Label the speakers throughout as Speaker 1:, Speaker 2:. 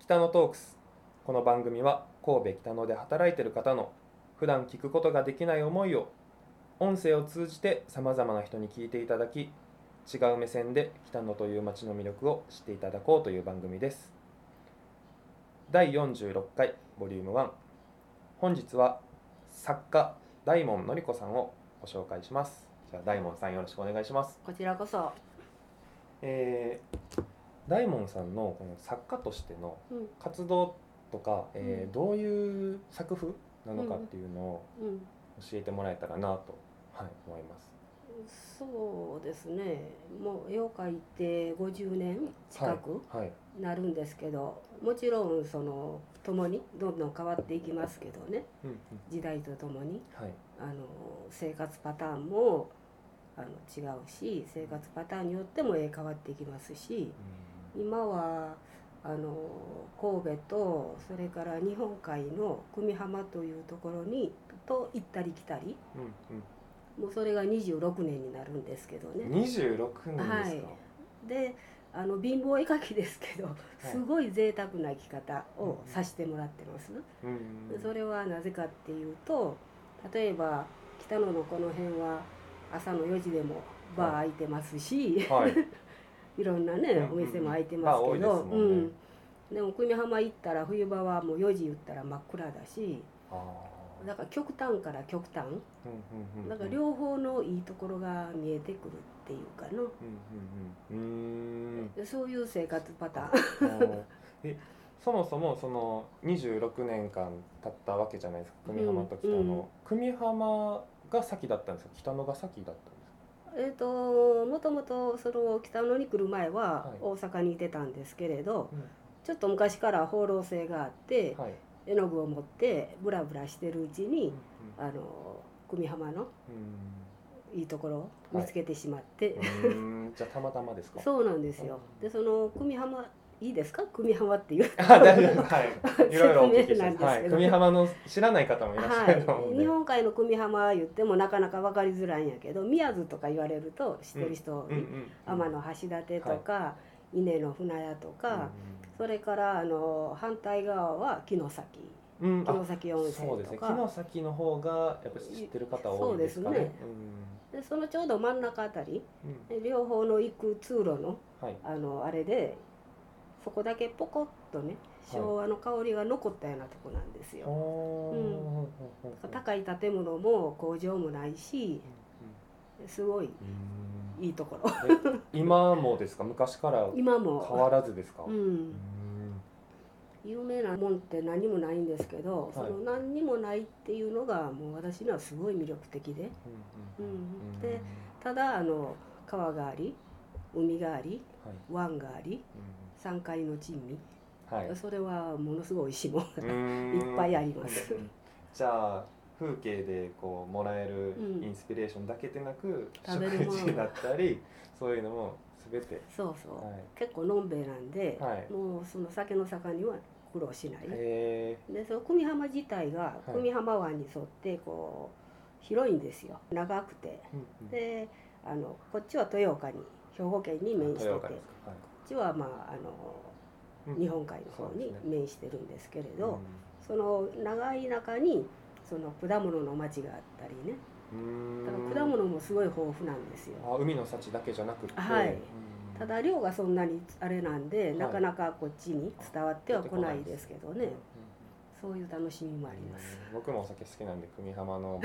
Speaker 1: 北野トークスこの番組は神戸北野で働いている方の普段聞くことができない思いを音声を通じてさまざまな人に聞いていただき違う目線で北野という街の魅力を知っていただこうという番組です第46回ボリューム1本日は作家大門のり子さんをご紹介しますじゃあ大門さんよろしくお願いします
Speaker 2: こちらこそ、
Speaker 1: えー大門さんのこの作家としての
Speaker 2: うん
Speaker 1: 活動とか、えー
Speaker 2: うん
Speaker 1: どういう作風なのかっていうのを
Speaker 2: うん、
Speaker 1: 教えてもらえたらなと、はい、思います。
Speaker 2: そうですねもう絵を描いて50年近く
Speaker 1: はい、はい
Speaker 2: なるんですけど、もちろんその共にどんどん変わっていきますけどね
Speaker 1: うんうん
Speaker 2: 時代とともに
Speaker 1: はい
Speaker 2: あの生活パターンもあの違うし生活パターンによっても絵変わっていきますし今はあの神戸とそれから日本海の久美浜というところにと行ったり来たり
Speaker 1: うんうん
Speaker 2: もうそれが26年になるんですけど
Speaker 1: うん
Speaker 2: ね。
Speaker 1: 二十六年
Speaker 2: は
Speaker 1: です
Speaker 2: い
Speaker 1: か。、
Speaker 2: であの貧乏絵描きですけど、すごい贅沢な生き方をさせてもらってます、
Speaker 1: うんうんうん
Speaker 2: それはなぜかっていうと例えば北野のこの辺は朝の4時でもバー開いてますし、 い、
Speaker 1: はい、
Speaker 2: ろんな
Speaker 1: うん
Speaker 2: ね
Speaker 1: うん
Speaker 2: お店も開いてますけ
Speaker 1: まあ
Speaker 2: ど、
Speaker 1: 多いです
Speaker 2: う
Speaker 1: もんね
Speaker 2: んでも久美浜行ったら冬場はもう4時言ったら真っ暗だし
Speaker 1: あー
Speaker 2: だから極端から極端
Speaker 1: うんうんうんうん
Speaker 2: だから両方のいいところが見えてくるっていうかの、
Speaker 1: うんうんうんうーん
Speaker 2: でそういう生活パターン
Speaker 1: あーえそもそもその26年間経ったわけじゃないですか久美浜と北野、
Speaker 2: うんうん
Speaker 1: 久美浜が先だったんですか北野が先だったんですか
Speaker 2: えー、ともともとその北野に来る前は
Speaker 1: はい
Speaker 2: 大阪にいてたんですけれど、
Speaker 1: うん
Speaker 2: ちょっと昔から放浪性があって、
Speaker 1: はい、
Speaker 2: 絵の具を持ってブラブラしてるうちに
Speaker 1: う、
Speaker 2: あの久美浜の
Speaker 1: ん
Speaker 2: いいところを見つけてしまって、
Speaker 1: うんうんうーんじゃあたまたまですか
Speaker 2: そうなんですよ
Speaker 1: うん
Speaker 2: でその久美浜いいですか久美 浜っていう
Speaker 1: あ大丈夫はいいろいろお聞きし
Speaker 2: 説明
Speaker 1: ま
Speaker 2: な
Speaker 1: す
Speaker 2: んですけど
Speaker 1: はい久美浜の知らない方もいらっしゃると思う
Speaker 2: は
Speaker 1: ん
Speaker 2: い、
Speaker 1: で、
Speaker 2: 日本海の久美浜言ってもなかなか分かりづらいんやけど宮津とか言われると知ってる人、
Speaker 1: うんうん、
Speaker 2: 天の橋立とか、伊根の船屋とか、それからあの反対側は城崎
Speaker 1: うん、うん、あ
Speaker 2: 城崎温泉
Speaker 1: そうです
Speaker 2: と
Speaker 1: ね
Speaker 2: か
Speaker 1: 城崎の方がやっぱ知ってる方多いですかね
Speaker 2: そうですねそでそのちょうど真ん中あたり
Speaker 1: うん、うん
Speaker 2: 両方の行く通路の
Speaker 1: はい
Speaker 2: あのあれでそこだけポコッとね昭和の香りが残ったようなとこなんですよ。
Speaker 1: おー
Speaker 2: う
Speaker 1: う
Speaker 2: ん
Speaker 1: んうんうん
Speaker 2: 高い建物も工場もないしすごい
Speaker 1: うん
Speaker 2: いいところ
Speaker 1: 今もですか昔から
Speaker 2: 今
Speaker 1: 変わ
Speaker 2: も、
Speaker 1: らずですか、
Speaker 2: う、
Speaker 1: うんん
Speaker 2: 有名なもんって何もないんですけど、その何にもないっていうのがもう私にはすごい魅力的で
Speaker 1: うん
Speaker 2: うんでただあの川があり海があり
Speaker 1: はい
Speaker 2: 湾があり
Speaker 1: う
Speaker 2: 山階の珍味、
Speaker 1: んはい
Speaker 2: それはものすごい美味しいもん
Speaker 1: い
Speaker 2: いっぱいあります
Speaker 1: じゃあ風景でこうもらえる
Speaker 2: うん
Speaker 1: インスピレーションだけでなく、
Speaker 2: 食べるもの
Speaker 1: 食事だったりそういうのも全て
Speaker 2: そうそう、
Speaker 1: はい
Speaker 2: 結構のんべえなんで、
Speaker 1: はい
Speaker 2: もうその酒の盛んには苦労しない、
Speaker 1: へ
Speaker 2: でその久美浜自体が
Speaker 1: い
Speaker 2: 久美浜湾に沿ってこう広いんですよ長くて
Speaker 1: ーうんうん
Speaker 2: であのこっちは豊岡に兵庫県に面してて
Speaker 1: 豊岡
Speaker 2: こ
Speaker 1: ですか
Speaker 2: っちはまああの
Speaker 1: はい
Speaker 2: 日本海の方
Speaker 1: そう
Speaker 2: に
Speaker 1: ですね
Speaker 2: 面してるんですけれど、
Speaker 1: う
Speaker 2: その長い中にその果物の町があったりね
Speaker 1: ん
Speaker 2: だか
Speaker 1: うん
Speaker 2: ら果物もすごい豊富なんですよ
Speaker 1: あ海の幸だけじゃなくて、
Speaker 2: はい
Speaker 1: うん
Speaker 2: ただ量がそんなにあれなんで、
Speaker 1: い
Speaker 2: なかなかこっちに伝わってはこないですけどね、そういう楽しみもあります、
Speaker 1: うん僕もお酒好きなんで久美浜 の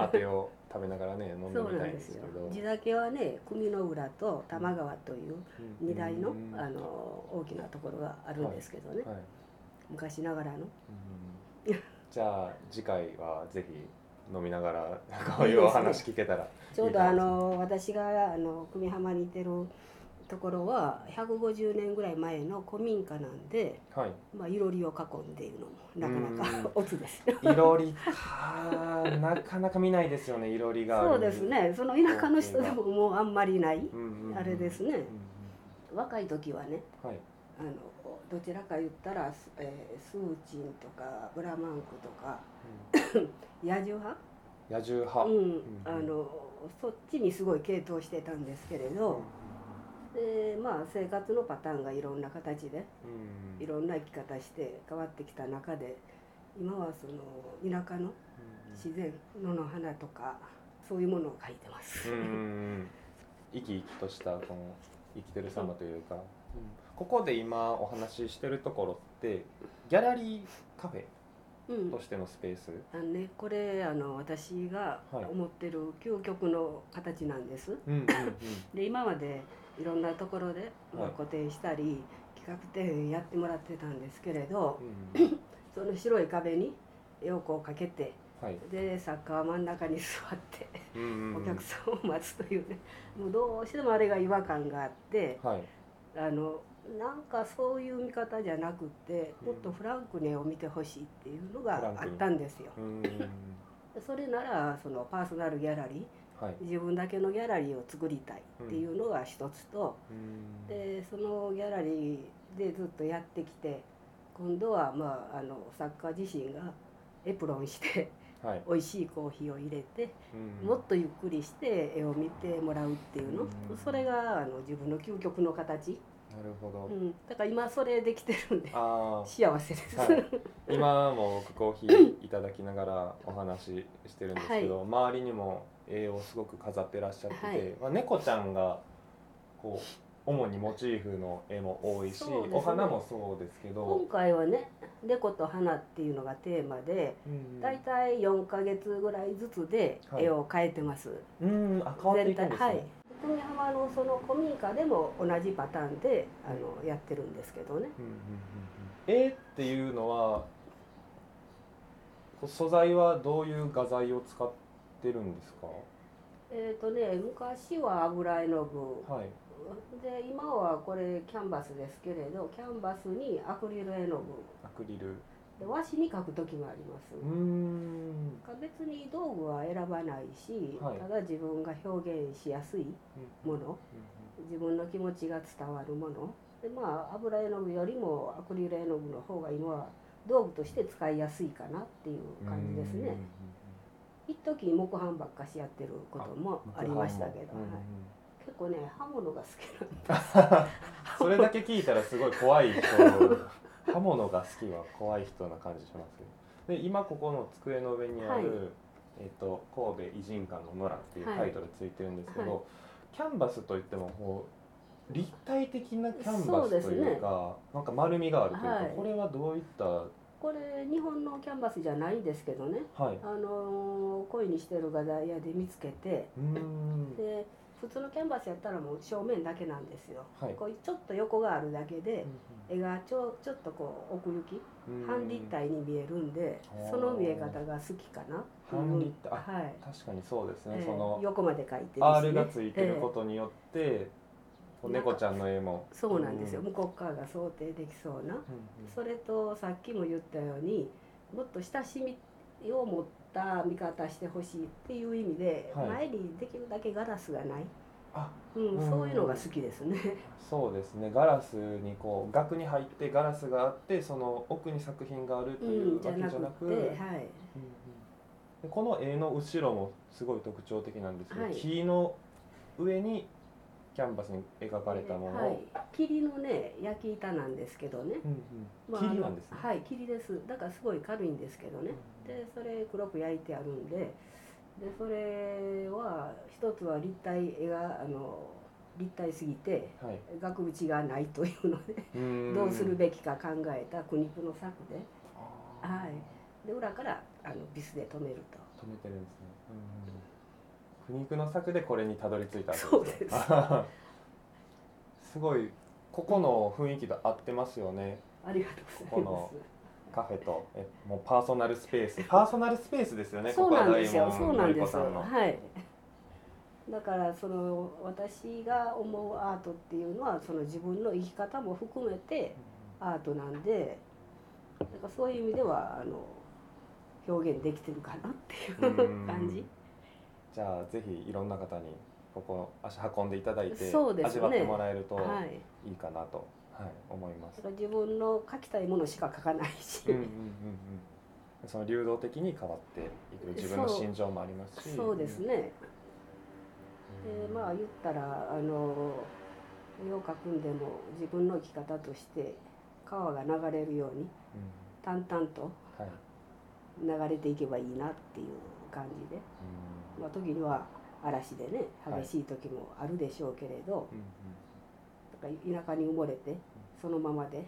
Speaker 1: あてを食べながらね飲んで
Speaker 2: そう
Speaker 1: みた
Speaker 2: なん
Speaker 1: いん
Speaker 2: で
Speaker 1: ですす
Speaker 2: よ
Speaker 1: けど
Speaker 2: 地酒はね組の浦と玉川という
Speaker 1: うん
Speaker 2: 二大の,、
Speaker 1: うん
Speaker 2: あの大きなところがあるんですけどね、
Speaker 1: はい
Speaker 2: 昔ながらの
Speaker 1: うんじゃあ次回はぜひ飲みながらこういうお話聞けたら
Speaker 2: ちょうどあの私があの久美浜にいてるところは150年ぐらい前の古民家なんで、
Speaker 1: はい
Speaker 2: まあ、いろりを囲んでいるのもなかなかおつです
Speaker 1: いろりかなかなか見ないですよねいろりがある
Speaker 2: そうですねその田舎の人でももうあんまりない
Speaker 1: うんうんうん
Speaker 2: あれですね
Speaker 1: うん
Speaker 2: 若い時はね
Speaker 1: うんはい
Speaker 2: あのどちらか言ったら、すえースーチンとかブラマンコとか野獣派、
Speaker 1: 野獣派
Speaker 2: うん
Speaker 1: ん
Speaker 2: あのそっちにすごい傾倒してたんですけれど、でまあ生活のパターンがいろんな形で
Speaker 1: うん
Speaker 2: いろんな生き方して変わってきた中で今はその田舎の自然野の花とかそういうものを描いてます。
Speaker 1: うんうん生き生きとしたこの生きてる様というか、うんここで今お話ししてるところってギャラリーカフェ
Speaker 2: うん
Speaker 1: としてのスペース、
Speaker 2: あのね、これあの私が
Speaker 1: はい
Speaker 2: 思ってる究極の形なんです。
Speaker 1: うんうん
Speaker 2: で今までいろんなところで、まあ
Speaker 1: はい
Speaker 2: 個展したり企画展やってもらってたんですけれど
Speaker 1: うんうん
Speaker 2: その白い壁に絵をこうかけて
Speaker 1: はい、
Speaker 2: で作家は真ん中に座って
Speaker 1: うんうんう
Speaker 2: お
Speaker 1: ん
Speaker 2: 客さんを待つというねもうどうしてもあれが違和感があって
Speaker 1: はい、
Speaker 2: あのなんかそういう見方じゃなくてもっとフランクに絵を見てほしいっていうの
Speaker 1: フラン
Speaker 2: が
Speaker 1: ク
Speaker 2: あっ
Speaker 1: に
Speaker 2: たんですよ。
Speaker 1: うん
Speaker 2: でそれならそのパーソナルギャラリー
Speaker 1: はい、
Speaker 2: 自分だけのギャラリーを作りたいっていうのが一つと、
Speaker 1: うん
Speaker 2: でそのギャラリーでずっとやってきて今度は、まあ、あの作家自身がエプロンして
Speaker 1: はい、
Speaker 2: 美味しいコーヒーを入れて、
Speaker 1: うん
Speaker 2: もっとゆっくりして絵を見てもらうっていうの、
Speaker 1: うん
Speaker 2: それがあの自分の究極の形、
Speaker 1: なるほど、
Speaker 2: うん、だから今それできてるんで
Speaker 1: ああ
Speaker 2: 幸せです。
Speaker 1: はい、今も僕コーヒーいただきながらお話ししてるんですけど、周りにも栄養すごく飾ってらっしゃってて、
Speaker 2: はい
Speaker 1: まあ、猫ちゃんがこう主にモチーフの絵も多いし、
Speaker 2: そうですね
Speaker 1: お花もそうですけ
Speaker 2: 今
Speaker 1: ど、
Speaker 2: 回はね「猫と花」っていうのがテーマで
Speaker 1: うん
Speaker 2: 大体4ヶ月ぐらいずつで
Speaker 1: はい
Speaker 2: 絵を変えてます、
Speaker 1: うんあ変わっていくんですね、
Speaker 2: はい久美浜のその古民家でも同じパターンであのやってるんですけどね
Speaker 1: うんうんうんうん絵っていうのはこう素材はどういう画材を使ってるんですか
Speaker 2: えっ、とね昔は油絵の具
Speaker 1: はい
Speaker 2: で今はこれキャンバスですけれどキャンバスにアクリル絵の
Speaker 1: アクリル
Speaker 2: 具で和紙に描く時もあります、
Speaker 1: うーん
Speaker 2: 別に道具は選ばないし、
Speaker 1: はい
Speaker 2: ただ自分が表現しやすいもの自分の気持ちが伝わるものでまあ油絵の具よりもアクリル絵の具の方が今は道具として使いやすいかなっていう感じですね一時木版ばっかしやってることもありましたけど、
Speaker 1: うんうん
Speaker 2: はい結構ね刃物が好きなんです
Speaker 1: それだけ聞いたらすごい怖い人 刃物が好きは怖い人な感じしますけどで今ここの机の上にある、
Speaker 2: は
Speaker 1: えっと神戸偉人館の野良っていう
Speaker 2: はい
Speaker 1: タイトルついてるんですけど、
Speaker 2: は
Speaker 1: キャンバスといってもこう立体的なキャンバスというかなんか丸みがあるというか、
Speaker 2: はい
Speaker 1: これはどういったは
Speaker 2: これ日本のキャンバスじゃないんですけどね
Speaker 1: い
Speaker 2: あのー恋にしてる画材屋で見つけて
Speaker 1: うーん
Speaker 2: で普通のキャンバスやったらもう正面だけなんですよ
Speaker 1: はい
Speaker 2: こうちょっと横があるだけで
Speaker 1: う
Speaker 2: 絵がちょちょっとこう奥行き
Speaker 1: んうん
Speaker 2: 半立体に見えるんで
Speaker 1: うん
Speaker 2: その見え方が好きかなっていう
Speaker 1: 半立体あ
Speaker 2: はい
Speaker 1: 確かにそうですね、
Speaker 2: えー
Speaker 1: その
Speaker 2: 横まで描いてる
Speaker 1: R がついてることによって、こう猫ちゃんの絵も
Speaker 2: そうなんですよ、
Speaker 1: うん
Speaker 2: 向こう側が想定できそうな
Speaker 1: うんうん
Speaker 2: それとさっきも言ったようにもっと親しみを持った見方してほしいっていう意味で、
Speaker 1: はい
Speaker 2: 前にできるだけガラスがない、
Speaker 1: あ
Speaker 2: うん
Speaker 1: うん
Speaker 2: そういうのが好きですね。
Speaker 1: そうですねガラスにこう額に入ってガラスがあってその奥に作品があると
Speaker 2: う
Speaker 1: い
Speaker 2: ん、
Speaker 1: う
Speaker 2: じ
Speaker 1: わ
Speaker 2: ゃ
Speaker 1: けじゃ
Speaker 2: なく
Speaker 1: なく、
Speaker 2: てはい
Speaker 1: うんうんでこの絵の後ろもすごい特徴的なんですけど、
Speaker 2: はい
Speaker 1: 木の上にキャンバスに描かれたもの、
Speaker 2: はい、霧のね焼き板なんですけどね、
Speaker 1: うんうん、
Speaker 2: あの
Speaker 1: 霧なんですね、
Speaker 2: はい霧ですだからすごい軽いんですけどね、でそれ黒く焼いてあるんででそれは一つは立体絵があの立体すぎて
Speaker 1: はい、
Speaker 2: 額縁がないというので
Speaker 1: うん
Speaker 2: どうするべきか考えた苦肉の策で
Speaker 1: あー
Speaker 2: はいで裏からあのビスで留めると。
Speaker 1: 止めてるんですね。うん苦肉の策でこれにたどり着いたわけ
Speaker 2: そうです
Speaker 1: ねすごいここの雰囲気と合ってますよね。
Speaker 2: ありがとうございます。
Speaker 1: カフェとえもうパーソナルスペース、パーソナルスペースですよね。
Speaker 2: そうなんですよ。
Speaker 1: ここ
Speaker 2: そ
Speaker 1: は
Speaker 2: う
Speaker 1: ダ
Speaker 2: な
Speaker 1: イモ
Speaker 2: んで
Speaker 1: ンド
Speaker 2: す
Speaker 1: のりこさ
Speaker 2: よ。
Speaker 1: んの
Speaker 2: はい。だからその私が思うアートっていうのはその自分の生き方も含めてアートなんで、なんかそういう意味ではあの表現できてるかなっていう
Speaker 1: うん
Speaker 2: 感じ。
Speaker 1: じゃあぜひいろんな方にここ足運んでいただいて、
Speaker 2: そうで
Speaker 1: 味
Speaker 2: すね
Speaker 1: わってもらえると
Speaker 2: はい。
Speaker 1: いいかなと、はい、思います
Speaker 2: だか。ら自分の描きたいものしか描かないし
Speaker 1: うん、うんうんうん、その流動的に変わっていく自分の心情もありますし
Speaker 2: そうですね。でまあ言ったらあの絵を描くんでも自分の生き方として川が流れるように淡々と
Speaker 1: はいうん
Speaker 2: 流れていけばいいなっていう感じで、まあ、時には嵐でね
Speaker 1: はい
Speaker 2: 激しい時もあるでしょうけれど、
Speaker 1: うんうん
Speaker 2: なんか田舎に埋もれてそのままで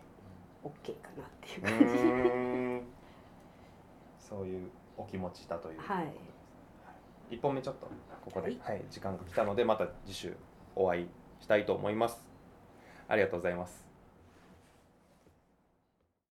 Speaker 2: OK かなっていう
Speaker 1: う
Speaker 2: 感じ、
Speaker 1: ーんそういうお気持ちだという、
Speaker 2: はい
Speaker 1: 一本目ちょっとここで、
Speaker 2: はい
Speaker 1: はい、時間が来たのでまた次週お会いしたいと思いますありがとうございます